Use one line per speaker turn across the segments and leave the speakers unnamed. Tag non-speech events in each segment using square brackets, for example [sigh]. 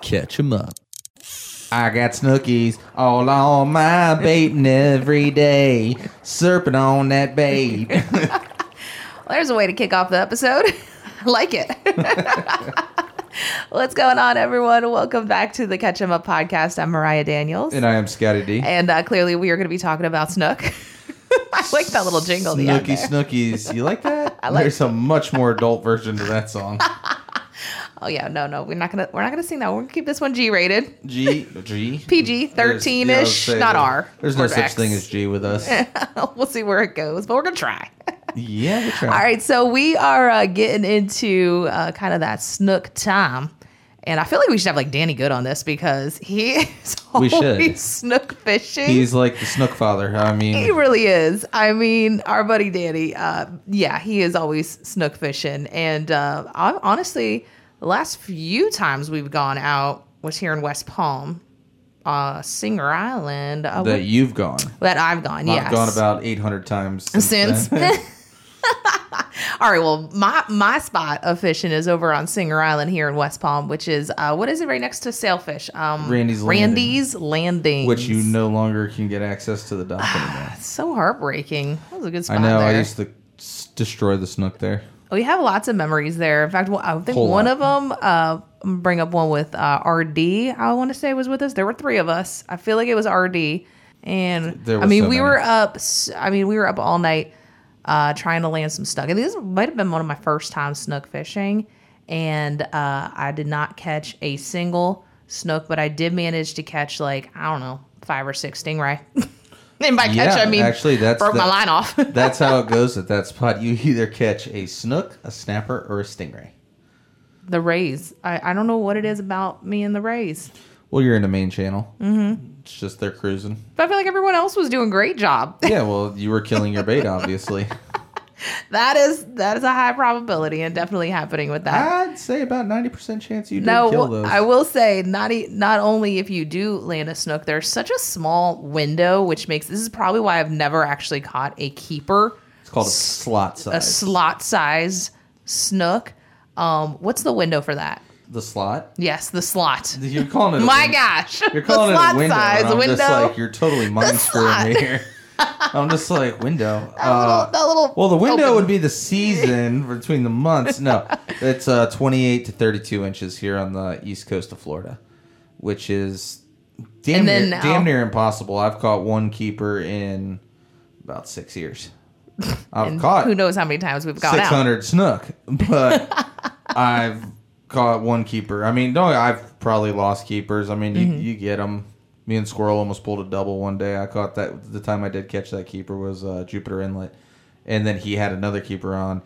Catch him up.
I got snookies all on my baiting every day. Serpent on that
[laughs]
bait.
Well, there's a way to kick off the episode. [laughs] I like it. [laughs] What's going on, everyone? Welcome back to the Catch 'em Up podcast. I'm Mariah Daniels.
and I am Scotty D.
And uh, clearly, we are going to be talking about Snook. [laughs] I like that little jingle. they had
Snooky
there.
Snookies. You like
[laughs]
that?
like
There's a much more adult version to that
[laughs]
song.
Oh yeah, no, no, we're not gonna, we're not gonna sing that. We're gonna keep this one G-rated, [laughs]
G G
PG,
There's- yeah, I was
13-ish,
saying,
not R.
There's no
or
such
X.
thing as G with us.
we'll see where it goes, but we're gonna try. [laughs]
yeah, we try.
All right, so we are uh, getting into uh, kind of that snook time, and I feel like we should have like Danny Good on this because he [laughs] is
We
always
should.
snook fishing.
He's like the Snook father. I
he
mean,
really is. I mean, our buddy Danny. Uh, yeah, he is always snook fishing, and uh, I, honestly, the last few times we've gone out was here in West Palm, uh, Singer Island. Uh,
that you've gone.
that I've gone. Yes,
I've gone about 800 times since.
since.
then.
[laughs] All right. Well, my my spot of fishing is over on Singer Island here in West Palm, which is uh, what is it right next to Sailfish? Um,
Randy's Landing.
Randy's Landing,
which you no longer can get access to the dock anymore.
It's so heartbreaking. That was a good spot.
I know.
There.
I used to s- destroy the Snook there.
we have lots of memories there. In fact, well, I think
Whole
one
lot.
of them. Uh, I'm gonna bring up one with uh, RD. I want to say was with us. There were three of us. I feel like it was RD, and
There
I
were
mean
so
we
many.
were up. s- I mean we were up all night uh, trying to land some snook. And this might have been one of my first time snook fishing, and uh, I did not catch a single snook, but I did manage to catch like I don't know five or six stingray. [laughs] and by catch
Yeah,
I mean
actually, that's
broke my
the-
line off.
[laughs] That's how
[laughs]
it goes at that spot. You either catch a snook, a snapper, or a stingray.
the rays. I, I don't know what it is about me and the rays.
Well, you're in the main channel. Mm-hmm. It's just they're cruising.
But I feel like everyone else was doing a great job. [laughs]
Yeah, well, you were killing your bait, obviously.
that is that is a high probability and definitely happening with that.
I'd say about 90% chance you did kill
no,
those.
I will say not e- not only if you do land a snook, there's such a small window, which makes this is probably why I've never actually caught a keeper,
it's called a slot size.
a slot size snook. Um, what's the window for that?
the slot?
Yes, the slot.
You're calling it a
[laughs] My
win-
gosh,
You're calling
the slot
it a window.
size
and I'm
window.
just like, you're
[laughs]
totally mind screwing me
slot. [laughs]
here. I'm just like, window. Uh,
that, little, that little.
Well, the window
open.
would be the season between the months.
[laughs]
No, it's uh, 28 to 32 inches here on the east coast of Florida, which is damn,
And then
near,
now-
damn near impossible. I've caught one keeper in about six
[laughs]
years. I've
And
caught
who knows how many times we've gone out.
600 snook, but
[laughs]
I've caught one keeper. I mean, no, I've probably lost keepers. I mean,
Mm-hmm.
you, you get them. Me and Squirrel almost pulled a double one day. I caught that. The time I did catch that keeper was uh, Jupiter Inlet, and then he had another keeper on.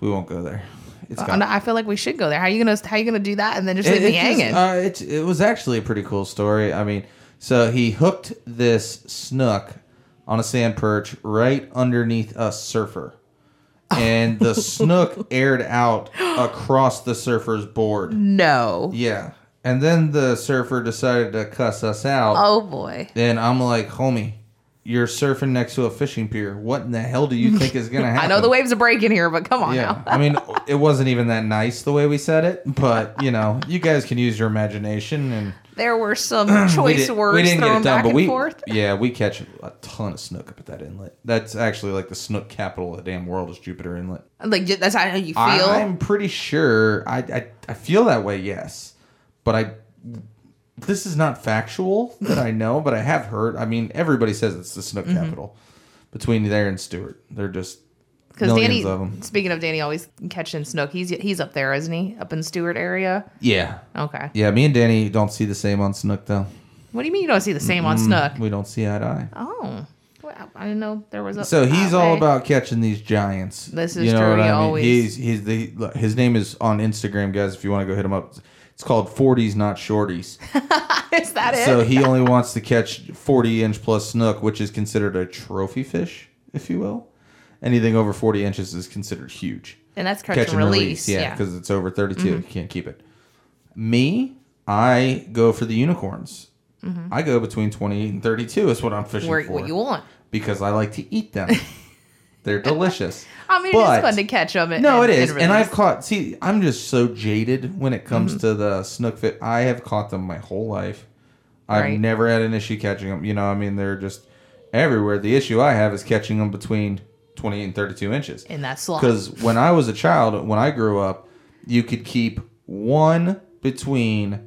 We won't go there. It's
Oh,
gone.
no, I feel like we should go there. How you gonna how you gonna do that and then just
It-
leave me
it just-
hanging?
uh, it, it was actually a pretty cool story. I mean, so he hooked this snook on a sand perch right underneath a surfer. And
[laughs]
the snook aired out across the surfer's board.
no.
Yeah. And then the surfer decided to cuss us out.
Oh boy.
And I'm like, homie, you're surfing next to a fishing pier. What in the hell do
[laughs]
you think is going to happen?
I know the waves are breaking here, but come on
Yeah.
now.
I
[laughs]
mean, it wasn't even that nice the way we said it, but, you know, you guys can use your imagination and.
There
[clears throat]
were some choice
didn't-
words thrown back and
we
forth.
yeah we catch a ton of snook up at that inlet. That's actually like the snook capital of the damn world is Jupiter Inlet.
Like j- that's how you feel.
I, am pretty sure I, I I feel that way. Yes, but I this is not factual that I know, but I have heard. I mean, everybody says it's the snook
Mm-hmm.
capital between there and Stewart. They're just
Because
millions
Danny,
of them.
speaking of Danny, always catching snook. He's he's up there, isn't he? Up in Stewart area.
Yeah.
Okay.
Yeah, me and Danny don't see the same on Snook though.
What do you mean you don't see the same on snook?
We don't see eye to eye.
Oh, Well, I didn't know there was a.
So he's all
okay.
about catching these giants.
This is true, he always-
He's he's the look, his name is on Instagram, guys. If you want to go hit him up, it's called 40s, not shorties.
[laughs] Is [laughs] that it?
so he only wants to catch 40 inch plus snook, which is considered a trophy fish, if you will. Anything over 40 inches is considered huge.
and that's catch, and release.
yeah,
yeah. Mm-hmm.
because it's over 32. You can't keep it. Me, I go for the unicorns. I go between 28 and 32 is what I'm fishing
Mm-hmm. Where,
for
what you want. [laughs]
because I like to eat them. They're delicious.
I mean,
But-
it's fun to catch them. And,
No, it is.
And,
And I've
release.
caught, see, I'm just so jaded when it comes
Mm-hmm.
to the snook fit. I have caught them my whole life. I've
Right.
never had an issue catching them. You know, I mean, they're just everywhere. The issue I have is catching them between 28 and 32 inches.
in that slot.
Because when I was a child, when I grew up, you could keep one between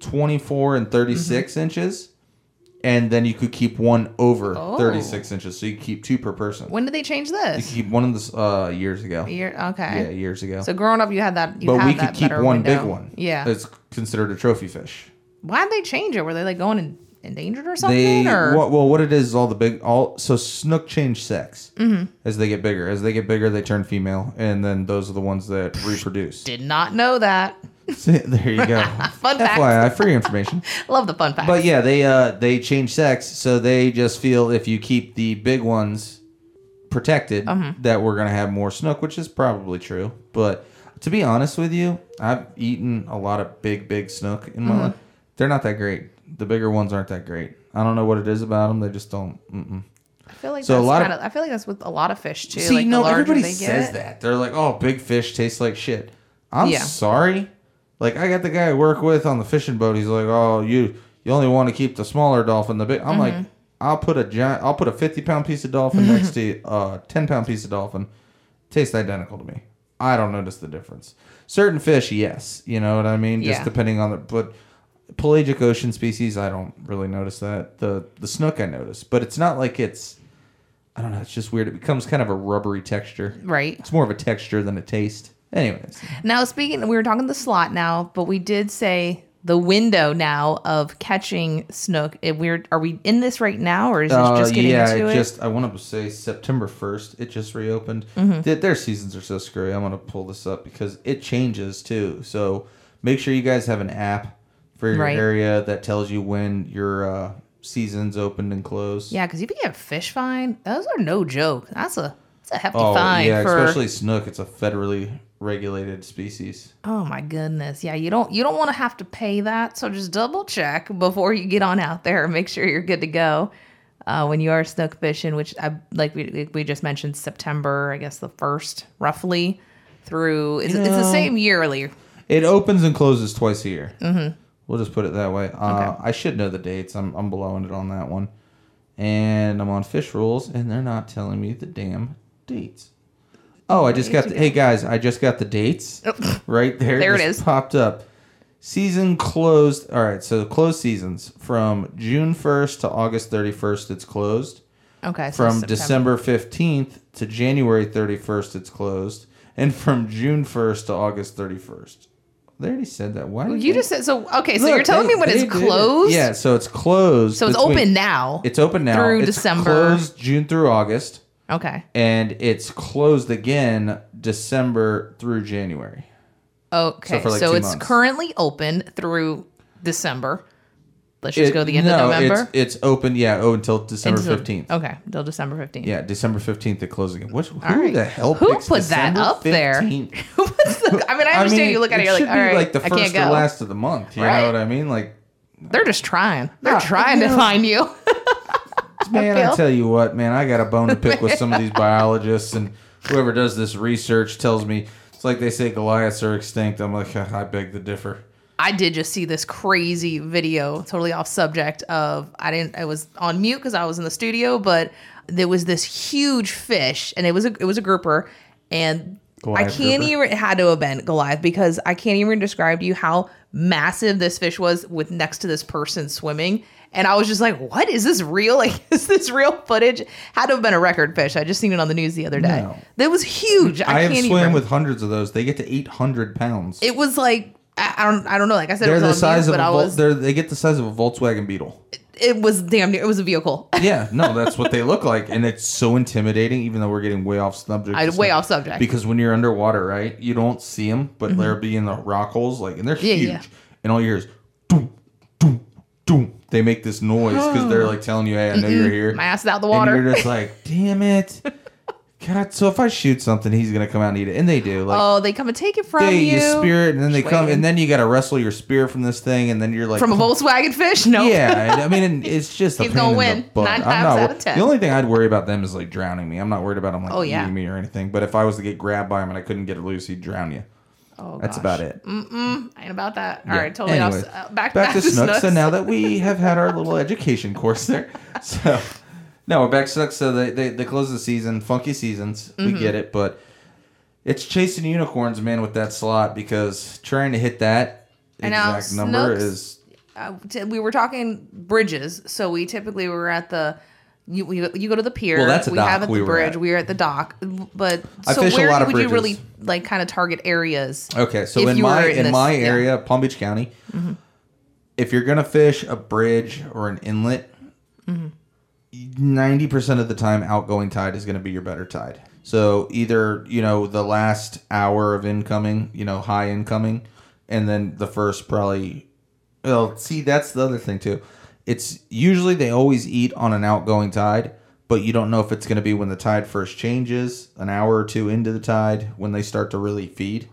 24 and 36
Mm-hmm.
inches, and then you could keep one over
Oh.
36 inches. So you could keep two per person.
When did they change
You [laughs] could
this?
keep one of this uh, years ago.
Year,
Yeah,
okay.
years ago.
So growing up, you had that. You
but
had
we
that
could keep
better
one
window.
big one.
Yeah.
it's considered a trophy fish.
Why'd they change it? Were they like going in, endangered or something?
They
or
what, well, what it is is all the big all so snook change sex
Mm-hmm.
as they get bigger. As they get bigger, they turn female, and then those are the ones that reproduce.
did not know that.
See, [laughs] there you go.
[laughs] Fun fact.
FYI, free information.
Love the fun fact.
But yeah, they uh they change sex, so they just feel if you keep the big ones protected,
Mm-hmm.
that we're gonna have more snook, which is probably true. But to be honest with you, I've eaten a lot of big, big snook in
Mm-hmm.
my life. They're not that great. The bigger ones aren't that great. I don't know what it is about them. They just don't. Mm-mm.
I feel like
so a
that's
lot of-
kind of. I feel like that's with a lot of fish too.
See,
like
no,
the larger
everybody
they
says
get.
that. They're like, oh, big fish tastes like shit. I'm
Yeah.
sorry. Like, I got the guy I work with on the fishing boat. He's like, oh, you you only want to keep the smaller dolphin. The big. I'm
Mm-hmm.
like, I'll put a giant. I'll put a 50 pound piece of dolphin
[laughs]
next to a 10 pound piece of dolphin. Tastes identical to me. I don't notice the difference. Certain fish, yes, you know what I mean. Just
Yeah.
depending on the but pelagic ocean species, I don't really notice that. The the snook I notice, but it's not like it's. I don't know. It's just weird. It becomes kind of a rubbery texture.
Right.
It's more of a texture than a taste. Anyways,
Now, speaking, we were talking the slot now, but we did say the window now of catching snook. If we're are we in this right now, or is this
Uh,
just getting
yeah,
into
it,
it?
just I want to say September first. It just reopened.
Mm-hmm.
Th- their seasons are so screwy. I'm gonna pull this up because it changes too. So make sure you guys have an app for your
Right.
area that tells you when your uh, seasons opened and closed.
yeah, because if you get a fish fine, those are no joke. That's a that's a hefty
Oh
fine
yeah,
for.
especially snook. It's a federally regulated species.
oh my goodness, yeah, you don't you don't want to have to pay that. So just double check before you get on out there. and Make sure you're good to go. Uh, when you are snook fishing, which I like, we, we just mentioned September, I guess the first roughly through. It's, it's the
know-
same yearly,
It opens and closes twice a year. Mm-hmm. We'll just put it that way. Uh, I should know the dates. I'm, I'm blowing it on that one. And I'm on fish rules, and they're not telling me the damn dates. Oh, I just got the. Hey, guys, I just got the
[laughs]
dates right there.
There it
just
is.
Popped up. Season closed. All right, so closed seasons from June 1st to August 31st, it's closed
Okay. so
from
September.
December 15th to January 31st, it's closed. And from June 1st to August 31st. They already said that. Why? did
You
they-
just said so. Okay, so
Look,
you're telling
they-
me when
they
it's
did it.
closed.
Yeah, so it's closed.
So it's
between-
open now.
It's open now.
through
It's
December.
closed June through August.
okay.
And it's closed again December through January.
Okay.
for
So,
like two
it's
months.
currently open through December. Let's just
It-
go the end
no,
of November.
It's, it's open, yeah, oh, until December
Until-
15th.
Okay, till December 15th.
Yeah, December 15th, it closes again. Which, who
right.
the hell
Who
picks
put that
December
up there?
15th?
[laughs] What's the- I mean, I understand you look at it, you're like,
should
all
be,
right,
like the
I
first
can't
or
go.
last of the month. You
Right.
know what I mean?
[laughs]
Like,
They're just trying. They're
Nah,
trying to
you know-
find you.
man, I
feel-
tell you what, man, I got a bone to pick with some of
[laughs]
these biologists and whoever does this research tells me it's like they say Goliaths are extinct. I'm like, "Huh, I beg to differ.
I did just see this crazy video, totally off subject of I didn't I was on mute because I was in the studio, but there was this huge fish and it was a it was a grouper and I
Goliath
can't
grouper?
even it had to have been Goliath because I can't even describe to you how massive this fish was with next to this person swimming. And I was just like, what is this real? [laughs] Like, is this real footage? Had to have been a record fish. I just seen it on the news the other day.
No.
That was huge. I,
I, have
can't
swam
even.
with hundreds of those. They get to 800 pounds.
it was like I, I don't I don't know. Like I said, it
they're
was
the
on
size
mute,
of
but
a
I
Vol-
was
they're, they get the size of a Volkswagen Beetle.
it was damn near it was a vehicle. [laughs]
Yeah, no, that's what they look like, and it's so intimidating. Even though we're getting way off subject,
I
to
way
stuff.
off subject.
because when you're underwater, right, you don't see them, but they'll be in the rock holes, like, and they're
Mm-hmm. Yeah,
huge.
yeah.
And all you hear is doom, doom, doom. They make this noise because they're like telling you, "Hey, I know you're here."
[laughs] My ass is out the
And
water.
you're just like, "Damn it, God, so if I shoot something, he's gonna come out and eat it, and they do. Like
oh, they come and take it from
they
you.
use spirit, and then they
Just
come,
waiting.
and then you gotta wrestle your spear from this thing, and then you're like
from a Volkswagen fish. No,
Yeah, and, I mean,
[laughs]
and it's just a
He's
pain
gonna
in the
win
butt.
nine
I'm
times
not
out
wor-
of ten.
The only thing I'd worry about them is like drowning me. I'm not worried about them like
Oh, yeah.
eating me or anything. But if I was to get grabbed by him and I couldn't get loose, he'd drown you.
oh,
That's about
gosh. Mm,
it.
I ain't about that. All
Yeah.
right, totally off.
Anyways,
Uh, back, [laughs]
back to Snook.
Snooks.
So now that we have had our little education course
[laughs]
there, so no, we're back to Snook. So they, they they close the season, funky seasons.
Mm-hmm.
We get it, but it's chasing unicorns, man, with that slot because trying to hit that
I know,
exact number
Snook's-
is
uh, t- we were talking bridges, so we typically were at the you you, you go to the pier.
Well, that's a
we
dock
have at the
we were
bridge.
at.
We are at the dock, but
I
so
fish a
where
lot of
would you really
bridges. Oh.
like kind of target areas?
Okay, so
if
in
you were
my in,
in this-
my
yeah. Mm-hmm.
area, Palm Beach County, if you're gonna fish a bridge or an inlet,
Mm-hmm.
90 percent of the time, outgoing tide is gonna be your better tide. So either you know the last hour of incoming, you know high incoming, and then the first probably. Well, see, that's the other thing too. It's usually they always eat on an outgoing tide, but you don't know if it's gonna be when the tide first changes, an hour or two into the tide, when they start to really feed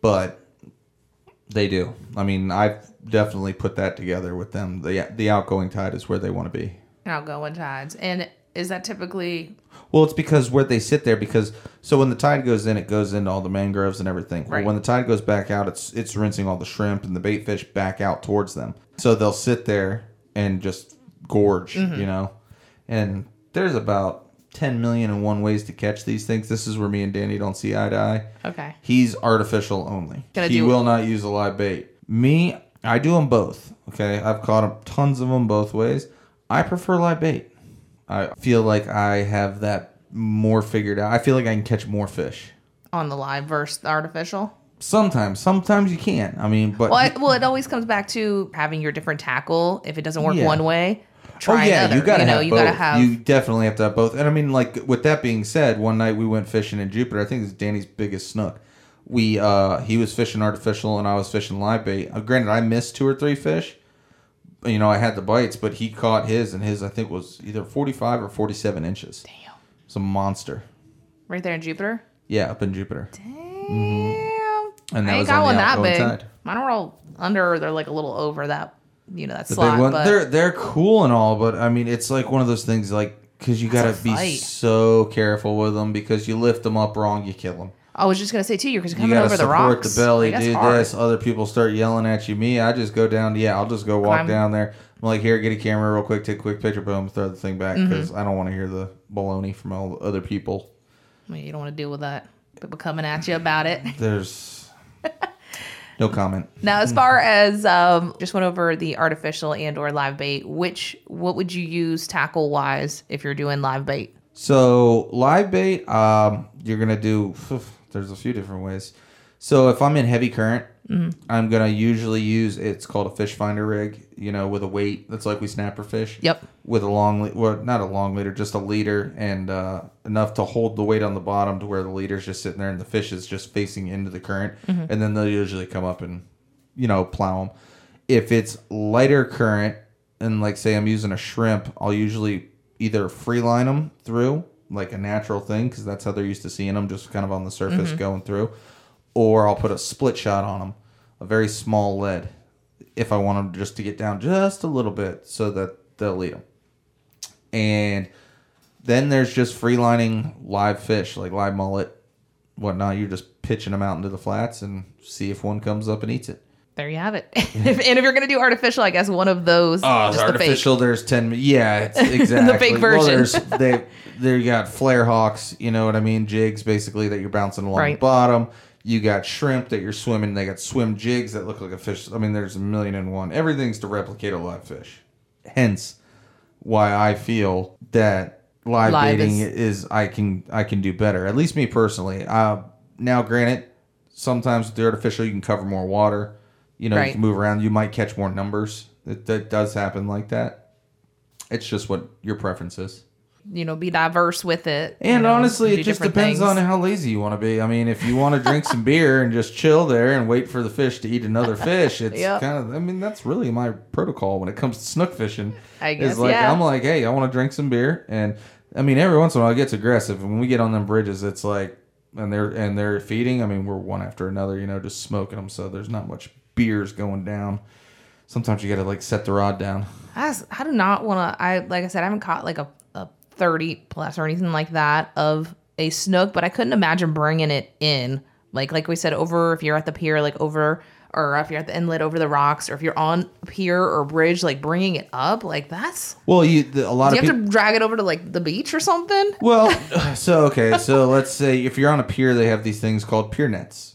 but they do. I mean, I've definitely put that together with them. The the outgoing tide is where they want to be.
Outgoing tides, and is that typically
Well, it's because where they sit there because so when the tide goes in, it goes into all the mangroves and everything. Well,
Right.
When the tide goes back out, it's it's rinsing all the shrimp and the bait fish back out towards them. So they'll sit there and just gorge, you know. And there's about 10 million and one ways to catch these things. This is where me and Danny don't see eye to eye.
okay?
He's artificial only.
Gonna
he
do-
will not use a live bait. Me, I do them both. Okay, I've caught 'em- tons of them both ways. I prefer live bait. I feel like I have that more figured out. I feel like I can catch more fish.
On the live versus the artificial.
Sometimes, sometimes you can. I mean, but
Well, I, well, it always comes back to having your different tackle. If it doesn't work
Yeah. Oh,
one way, try another.
you gotta
know,
have
you
both.
gotta have.
You definitely have to have both. And I mean, like with that being said, one night we went fishing in Jupiter. I think it's Danny's biggest snook. We uh, he was fishing artificial and I was fishing live bait. Uh, granted, I missed two or three fish. You know, I had the bites, but he caught his, and his I think was either forty-five or forty-seven inches.
Damn.
It's a monster.
right there in Jupiter.
Yeah, up in Jupiter.
Damn.
And Mm-hmm. that
I ain't
was
got
on the
one that
outgoing
big.
tide.
Mine are all under. or They're like a little over that. You know that
The
slot.
big one.
But
They're they're cool and all, but I mean, it's like one of those things like because you gotta
a
be
fight.
so careful with them because you lift them up wrong, you kill them.
I was just gonna say too. You're just
you
coming
gotta
over the
support
rocks.
the, belly,
Like, that's
do
hard.
this. Other people start yelling at you. Me, I just go down. Yeah, I'll just go walk
Climb.
down there. I'm like, here, get a camera real quick, take a quick picture, boom, throw the thing back
Mm-hmm.
because I don't want to hear the baloney from all the other people.
I mean, you don't want to deal with that. People coming at you about it. [laughs]
There's no comment.
Now, as far as um, just went over the artificial and or live bait. Which what would you use tackle wise if you're doing live bait?
So live bait, um, you're gonna do. There's a few different ways. So if I'm in heavy current, I'm gonna usually use it's called a fish finder rig. You know, with a weight that's like we snapper fish.
Yep.
With a long, le- well, not a long leader, just a leader, and uh, enough to hold the weight on the bottom to where the leader's just sitting there and the fish is just facing into the current, and then they'll usually come up and, you know, plow them. If it's lighter current, and like say I'm using a shrimp, I'll usually either free line them through like a natural thing because that's how they're used to seeing them, just kind of on the surface going through, or I'll put a split shot on them, a very small lead, if I want them just to get down just a little bit so that they'll eat them. And then there's just free lining live fish like live mullet, whatnot. You're just pitching them out into the flats and see if one comes up and eats it.
There you have it. [laughs] If- and if you're gonna do artificial, I guess one of those.
Oh, it's
just the fake.
artificial. There's ten. Yeah, [laughs] it's exactly.
fake
Well,
version.
there's [laughs] they they got flare hawks. You know what I mean? Jigs basically that you're bouncing along the
Right.
bottom. You got shrimp that you're swimming. They got swim jigs that look like a fish. I mean, there's a million and one. Everything's to replicate a live fish. Hence, why I feel that live,
Live
baiting
is-
is I can I can do better. At least me personally. Uh, now, granted, sometimes with the artificial you can cover more water. You know, you
Right.
can move around. You might catch more numbers. It, that does happen like that. It's just what your preference is.
You know, be diverse with it. you
And
know,
honestly,
do
it just
different
depends
things.
on how lazy you want to be. I mean, if you want to drink some beer and just chill there and wait for the fish to eat another fish, it's
Yep.
kind of. I mean, that's really my protocol when it comes to snook fishing.
I
Is
guess,
like
yeah.
I'm like, hey, I want to drink some beer, and I mean, every once in a while it gets aggressive. When we get on them bridges, it's like, and they're and they're feeding. I mean, we're one after another, you know, just smoking them. So there's not much beers going down. Sometimes you got to like set the rod down.
I, s- I do not want to. I like I said, I haven't caught like a, a thirty plus or anything like that of a snook, but I couldn't imagine bringing it in. Like like we said, over if you're at the pier, like over or if you're at the inlet over the rocks, or if you're on a pier or bridge, like bringing it up, like that's
Well, you the, a lot
do
of
you
people.
have to drag it over to like the beach or something.
Well, [sighs] so okay, so let's say if you're on a pier, they have these things called pier nets.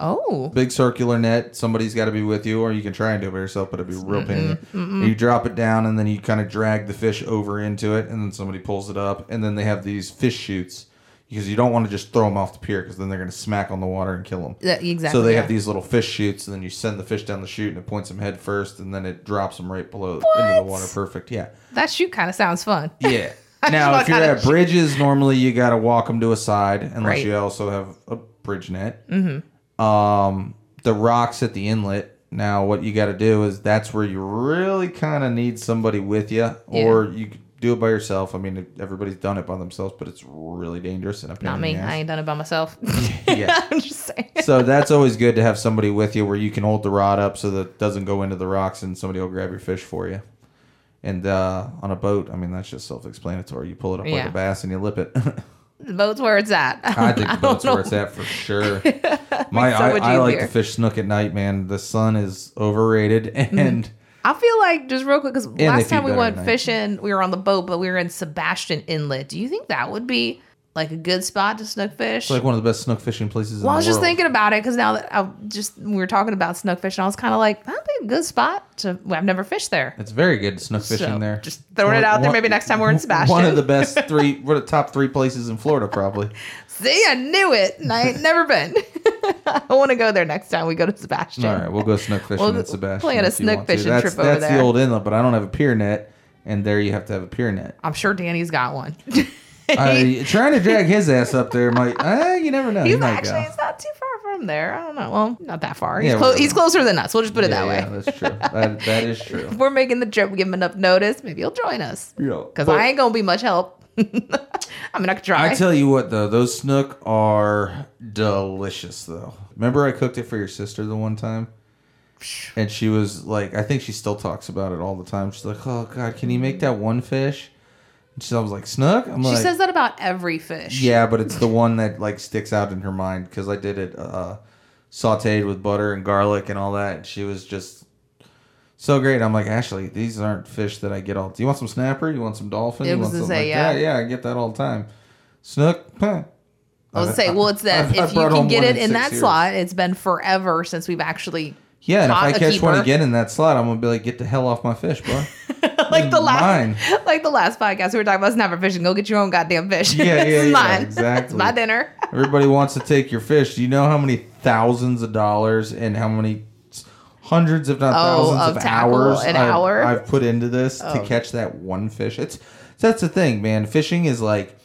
Oh,
Big circular net. Somebody's got to be with you, or you can try and do it by yourself, but it'd be a real pain. You drop it down, and then you kind of drag the fish over into it, and then somebody pulls it up, and then they have these fish shoots because you don't want to just throw them off the pier because then they're going to smack on the water and kill them.
that, exactly.
So they
yeah.
have these little fish shoots, and then you send the fish down the chute, and it points them head first, and then it drops them right below into the water. Perfect. Yeah.
that shoot kind of sounds fun. [laughs]
Yeah. Now,
not
if you're
kinda [laughs]
at bridges, normally you got to walk them to a side, unless
Right.
you also have a bridge net. Mm-hmm. Um, the rocks at the inlet. Now, what you got to do is that's where you really kind of need somebody with you, or you could do it by yourself. I mean, everybody's done it by themselves, but it's really dangerous and a pain
Not
in
me.
the ass.
I ain't done it by myself. [laughs]
[laughs] yeah.
I'm just saying.
So that's always good to have somebody with you where you can hold the rod up so that it doesn't go into the rocks and somebody will grab your fish for you. And uh, on a boat, I mean, that's just self explanatory. You pull it up like
Yeah.
a bass and you lip
[laughs]
it.
The boat's where it's at.
I think the
don't
boat's where
know.
it's at for
[laughs]
sure. My,
so much
I, I like to
easier.
fish snook at night, man. The sun is overrated.
Mm-hmm.
And
[laughs] I feel like just real quick because
they
last time
feed
we
better at
went
night.
fishing, we were on the boat, but we were in Sebastian Inlet. Do you think that would be like a good spot to snook fish?
it's like one of the best snook fishing places
well, I
in
was
the
just
world.
thinking about it because now that I just we were talking about snook fish, and I was kind of like, that'd be a good spot to. well, I've never
[laughs]
fished there.
It's very good snook fishing
So,
there.
just throwing it out there. Maybe next time we're in
[laughs] One
Sebastian.
of the best three,
[laughs]
one of the top three places in Florida, probably.
See, I knew it, and I ain't never been. [laughs] I want to go there next time we go to Sebastian.
All right, we'll go snook fishing
We'll
at Sebastian.
plan a
if you
snook
want to.
fishing
that's,
trip over
That's the
there.
old inlet, but I don't have a pier net, and there you have to have a pier net.
I'm sure Danny's got one. [laughs]
I, [laughs] trying to drag his ass up there might, eh, you never know. he
He's
might
actually
go.
he's not too far from there. I don't know. Well, not that far. He's,
Yeah,
clo-
we're-
he's closer than us. We'll just put it
yeah,
that way.
yeah, that's true. That, that is
[laughs]
true.
If we're making the trip. We give him enough notice. Maybe he'll join us.
Yeah,
Because
but-
I ain't gonna be much help. [laughs] I mean, I could try.
I tell you what, though, those snook are delicious, though. Remember, I cooked it for your sister the one time?
[sighs]
And she was like, I think she still talks about it all the time. She's like, oh, God, can you make that one fish? And she, I was like, snook? I'm
she
like,
says that about every fish.
yeah, but it's the one that, like, sticks out in her mind because I did it uh, sauteed with butter and garlic and all that. And she was just so great. I'm like, Ashley, these aren't fish that I get all. Do you want some snapper? You want some dolphin?
It
you
was
want
to
something
say,
like
yeah.
that? Yeah, I get that all the time. Snook? Huh.
I was say, well, it's that
I've-
if
I've
you
brought
can
home one
get it
in
in
six
that
years.
slot, it's been forever since we've actually
Yeah, and if
Caught
I
a
catch one
keeper.
again in that slot, I'm gonna be like, get the hell off my fish,
[laughs]
bro.
like the last
Mine.
like the last podcast we were talking about snapper fishing. Go get your own goddamn fish.
Yeah, yeah,
this is
yeah,
mine. [laughs] it's
exactly.
my dinner.
Everybody wants to take your fish. Do you know how many thousands of dollars and how many s- hundreds, if not
Oh,
thousands,
of
of,
tackle
hours
an
I've,
hour? Oh.
I've put into this to catch that one fish? It's that's the thing, man. Fishing is like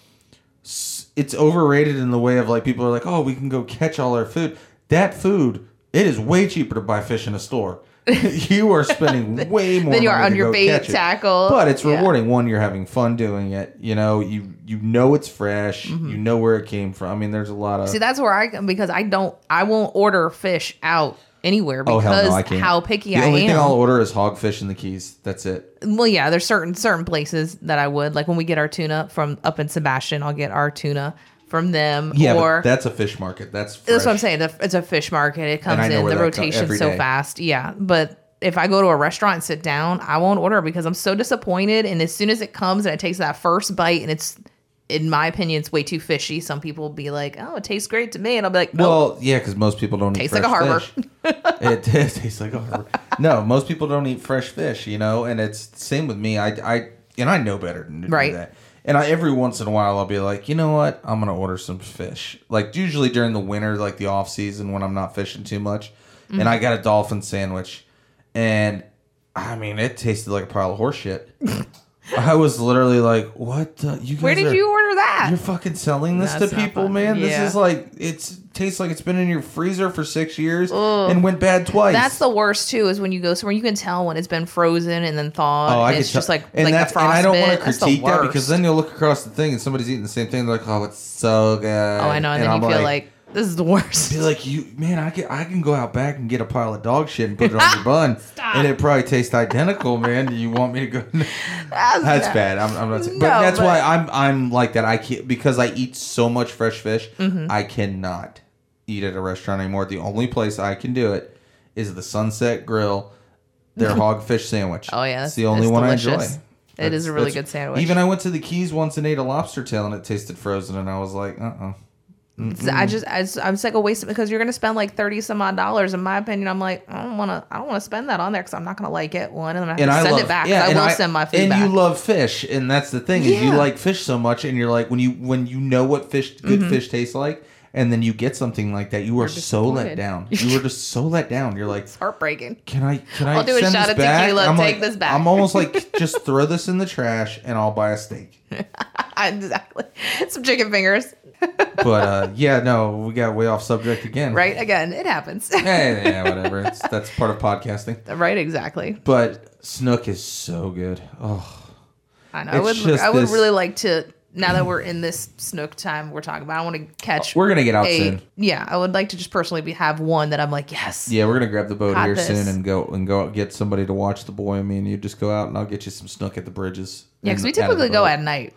s- it's overrated in the way of like people are like, oh, we can go catch all our food. That food, it is way cheaper to buy fish in a store. [laughs] you are
[laughs]
spending way more
you are
money
on
to
your
go
bait,
catch it.
tackle.
but it's
Yeah.
rewarding rewarding. One, you're having fun doing it. You know, you you know it's fresh. You know where it came from. I mean, there's a lot of
Mm-hmm. See, that's where I because I don't I won't order fish out anywhere
oh
because
hell no, I can't.
how picky
the
I
only
am.
thing I'll order is hogfish in the Keys. That's it.
well, yeah, there's certain certain places that I would like when we get our tuna from up in Sebastian. I'll get our tuna from them.
Yeah,
or
but that's a fish market. That's fresh.
that's what I'm saying. It's a- It's a fish market. It comes
I know
in
where
the
that co-
rotation
every
so
day.
fast. Yeah, but if I go to a restaurant and sit down, I won't order because I'm so disappointed. And as soon as it comes and it takes that first bite, and it's in my opinion, it's way too fishy. Some people will be like, "Oh, it tastes great to me," and I'll be like, "Well,
Well, yeah, because most people don't
Tastes
eat
like a
fresh
harbor.
fish.
[laughs]
it does taste like a harbor. No, most people don't eat fresh fish, you know, and it's the same with me. I, I and I know better than to
Right.
do that. And I, every once in a while, I'll be like, you know what? I'm gonna order some fish. Like usually during the winter, like the off season when I'm not fishing too much, and
Mm-hmm.
I got a
[laughs]
dolphin sandwich, and I mean, it tasted like a pile of horse shit. I was literally like, "What? The, you guys
Where did
are-
you order that?
You're fucking selling this
That's
to
not
people,
fun.
man.
Yeah.
This is like it's tastes like it's been in your freezer for six years
Ugh.
and went bad twice.
That's the worst too. Is when you go somewhere, you can tell when it's been frozen and then thawed.
Oh, I
and it's
could tell-
just like
and
like
that's
the
and I
frostbite.
don't want to
That's the
critique that because
worst.
then you'll look across the thing and somebody's eating the same thing. They're like, "Oh, it's so good."
oh, I know, and, then
I'm
you feel like, this is the worst. [laughs]
be like, "You man, I can I can go out back and get a pile of dog shit and put it
[laughs]
on your bun, and it probably tastes identical, man. Do you want me to go?"
[laughs] that's,
That's bad. I'm, I'm not. Saying, but
No,
that's
but-
why I'm I'm like that. I can't because I eat so much fresh fish.
Mm-hmm.
I cannot eat at a restaurant anymore. The only place I can do it is the Sunset Grill,
[laughs]
their hogfish sandwich.
Oh yeah,
it's the only one I enjoy.
It
That's-
is a really
that's-
good sandwich.
Even I went to the Keys once and ate a lobster tail and it tasted frozen and I was like, uh uh
It's- I just I, just- I'm just like a waste because you're gonna spend like thirty some odd dollars. In my opinion, I'm like I don't want to I don't want to spend that on there because I'm not gonna like it. One and I'm
And
gonna
I
have to send
love
it back. 'cause
Yeah,
I
and
will send my food
And
back.
you love fish, and that's the thing is you
Yeah.
like fish so much, and you're like when you when you know what fish good
Mm-hmm.
fish tastes like, and then you get something like that, you are so let
disappointed. [laughs]
down. You were just so let down. You're like,
it's heartbreaking. [laughs]
can I can I
I'll do a
send
shot
this
of
back?
tequila,
I'm
take
like,
this back.
I'm almost
[laughs]
like just throw this in the trash and I'll buy a steak.
exactly. Some chicken fingers.
But
[laughs]
uh, yeah, no, we got way off subject again.
Right. Again, it happens.
Yeah, yeah, yeah, whatever. It's, that's part of podcasting.
[laughs] right. Exactly.
But Snook is so good. Oh,
I know. I
It's
would.
just
I would
this-
really like to. Now that we're in this snook time we're talking about, I want to catch.
Oh, we're gonna get out
a,
soon.
yeah, I would like to just personally be, have one that I'm like, yes,
Yeah, we're gonna grab the boat
Got
here
this.
soon and go and go out, get somebody to watch the boy. I mean, you just go out and I'll get you some snook at the bridges.
yeah, because we
and out of the
typically go
boat.
at night.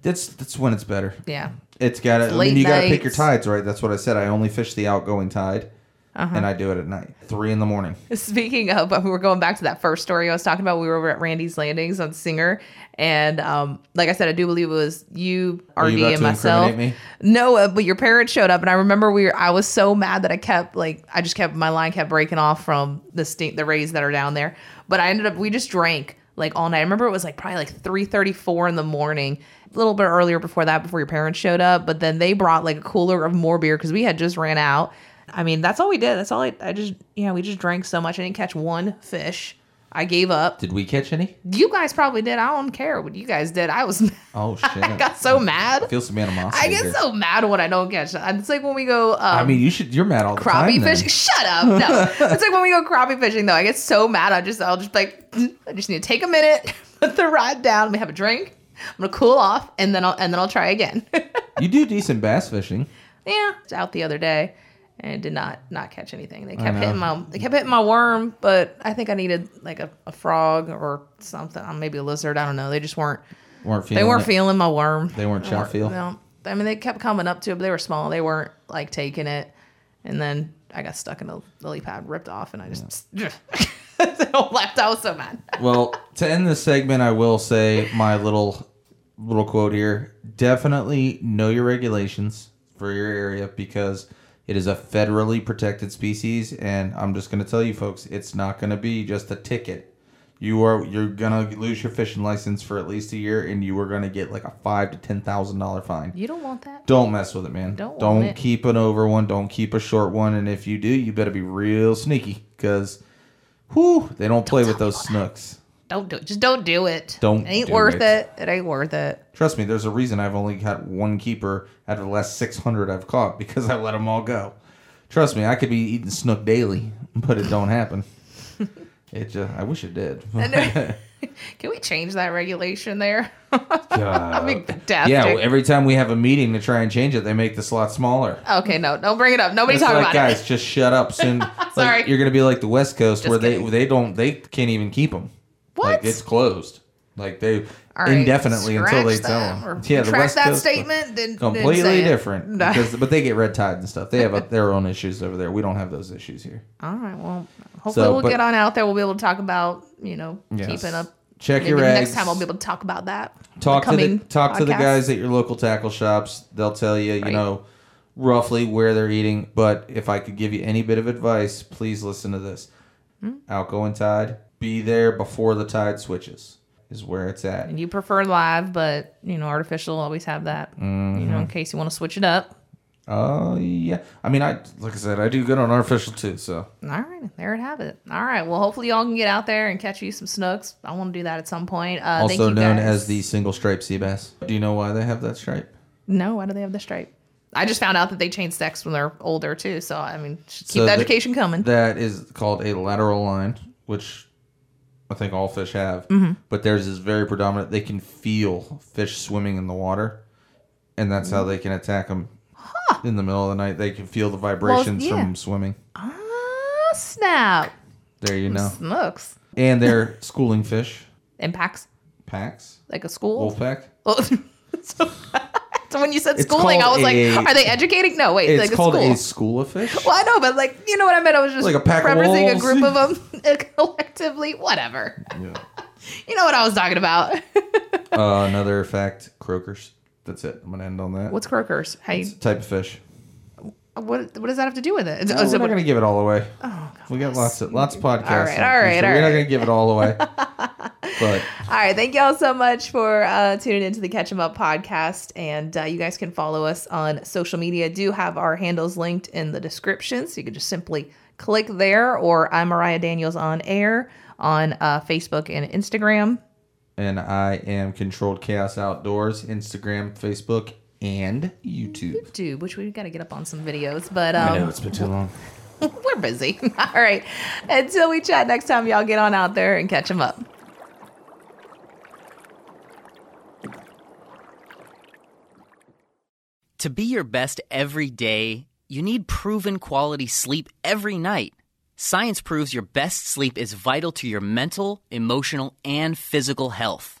That's that's when it's better.
Yeah, [laughs]
It's got. to I mean,
late
you got to pick your
nights.
tides right. That's what I said. I only fish the outgoing tide,
Uh-huh.
and I do it at night, three in the
[laughs]
morning.
Speaking of, we were going back to that first story I was talking about. We were over at Randy's Landings on Singer, and um, like I said, I do believe it was you, RD,
Are you about
and
to
myself.
incriminate me?
No, uh, but your parents showed up, and I remember we were. I was so mad that I kept like I just kept my line kept breaking off from the stink, the rays that are down there. But I ended up we just drank like all night. I remember it was like probably like three thirty four in the morning, a little bit earlier before that, before your parents showed up. But then they brought like a cooler of more beer because we had just ran out. I mean, that's all we did. That's all I, I just yeah we just drank so much. I didn't catch one fish. I gave up.
Did we catch any?
You guys probably did. I don't care what you guys did. I was [laughs]
Oh shit!
I got so mad.
I feel some animosity.
I get
here.
so mad when I don't catch that. It's like when we go um,
I mean, you should. You're mad all the time.
crappie
then.
fishing. Shut
[laughs]
up! No, it's like when we go crappie fishing though. I get so mad. I just I'll just be like "Mm, I just need to take a minute, [laughs] put the rod down, we have a drink. I'm gonna cool off, and then I'll and then I'll try again. [laughs]
You do decent bass fishing.
yeah, it's out the other day. And did not not catch anything. They kept
know.
hitting my they kept hitting my worm, but I think I needed like a, a frog or something, or maybe a lizard. I don't know. They just weren't
weren't feeling.
they weren't
it.
feeling my worm.
They weren't shot feel.
No, I mean they kept coming up to it, but they were small. They weren't like taking it, and then I got stuck in a lily pad, ripped off, and I just [laughs] left. I was so mad.
well, to end this segment, I will say my little little quote here. Definitely know your regulations for your area because it is a federally protected species, and I'm just going to tell you folks, it's not going to be just a ticket. You are you're gonna lose your fishing license for at least a year, and you are gonna get like a five to ten thousand dollar fine.
You don't want that.
Don't mess with it, man.
Don't want
don't
it.
keep an over one. Don't keep a short one. And if you do, you better be real sneaky because, whew, they don't play with those snooks.
Don't do it. Just don't do it.
Don't
It ain't
do
worth
it.
it. It ain't worth it. [laughs]
Trust me, there's a reason I've only had one keeper out of the last 600 I've caught because I let them all go. Trust me, I could be eating snook daily, but it don't happen. It just, I wish it did.
[laughs] Can we change that regulation there? [laughs]
God.
That'd be fantastic.
Uh, yeah, well, every time we have a meeting to try and change it, they make the slot smaller.
okay, no, don't bring it up. Nobody
It's
talk
like,
about
guys,
it.
just shut up
[laughs]
soon. Like,
Sorry.
you're gonna be like the West Coast
Just
where
kidding.
they they don't they can't even keep them. Like
What?
it's closed. Like they
All right,
indefinitely until
scratch
they tell
that,
them.
or
yeah, the
retract
West
that
Coast
statement. Didn't, didn't say
completely
it. [laughs]
different
No.
because but they get red tide and stuff. They have a, their own issues over there. We don't have those issues here.
All right. Well, hopefully
So,
we'll
but-
get on out there. We'll be able to talk about you know
Yes.
keeping up.
Check
Maybe
your
next
eggs.
time I'll be able to talk about that.
talk to the
coming
talk to the
podcast.
guys at your local tackle shops. They'll tell you, you
Right.
know, roughly where they're eating. But if I could give you any bit of advice, please listen to this.
Hmm?
Outgoing tide, be there before the tide switches. Is where it's at.
And you
Mm-hmm.
prefer live, but you know artificial always have that. You know in case you want to switch it up.
Uh, yeah. I mean, I like I said, I do good on artificial too. So
All right, there it have it. All right, well, hopefully y'all can get out there and catch you some snooks. I want to do that at some point. Uh, thank
also
you
known
guys.
as the single stripe sea bass. Do you know why they have that stripe?
no. Why do they have the stripe? I just found out that they change sex when they're older too. So I mean, just
So
keep the
the-
education coming.
That is called a lateral line, which I think all fish have.
Mm-hmm.
But theirs is very predominant. They can feel fish swimming in the water, and that's how they can attack them in the middle of the night. They can feel the vibrations
yeah.
from swimming.
ah, snap!
There you know.
Snooks
And they're schooling fish
impacts
packs,
like a school.
wolf pack.
Oh, [laughs] so, so when you said
It's
schooling, I
called
was like,
a-
are they educating? No, wait,
It's
like a
called
school.
a school of
[laughs]
fish.
well, I know, but like, you know what I meant? I was just
Like a pack of
referencing a
wolves. [laughs]
group of them [laughs] collectively. Whatever.
Yeah.
You know what I was talking about. [laughs]
Uh, another fact: croakers. That's it. I'm gonna end on that.
What's croakers? How you,
It's a type of fish?
what what does that have to do with it? Is-
Oh,
is
we're
it-
not gonna give it all away.
oh, God.
We got lots of lots of podcasts.
All right,
in the
all right,
future.
all
We're not
right.
gonna give it all
[laughs]
away. but
All right, thank y'all so much for uh, tuning into the Catch 'Em Up podcast, and uh, you guys can follow us on social media. Do have our handles linked in the description, so you can just simply click there. Or I'm Mariah Daniels on air on uh, Facebook and Instagram.
and I am controlled chaos outdoors, Instagram, Facebook, and YouTube.
Dude, which we got to get up on some videos, but
I know
um,
it's been too long.
[laughs] we're busy. All right, until we chat next time, y'all get on out there and catch 'em up.
To be your best every day, you need proven quality sleep every night. Science proves your best sleep is vital to your mental, emotional, and physical health.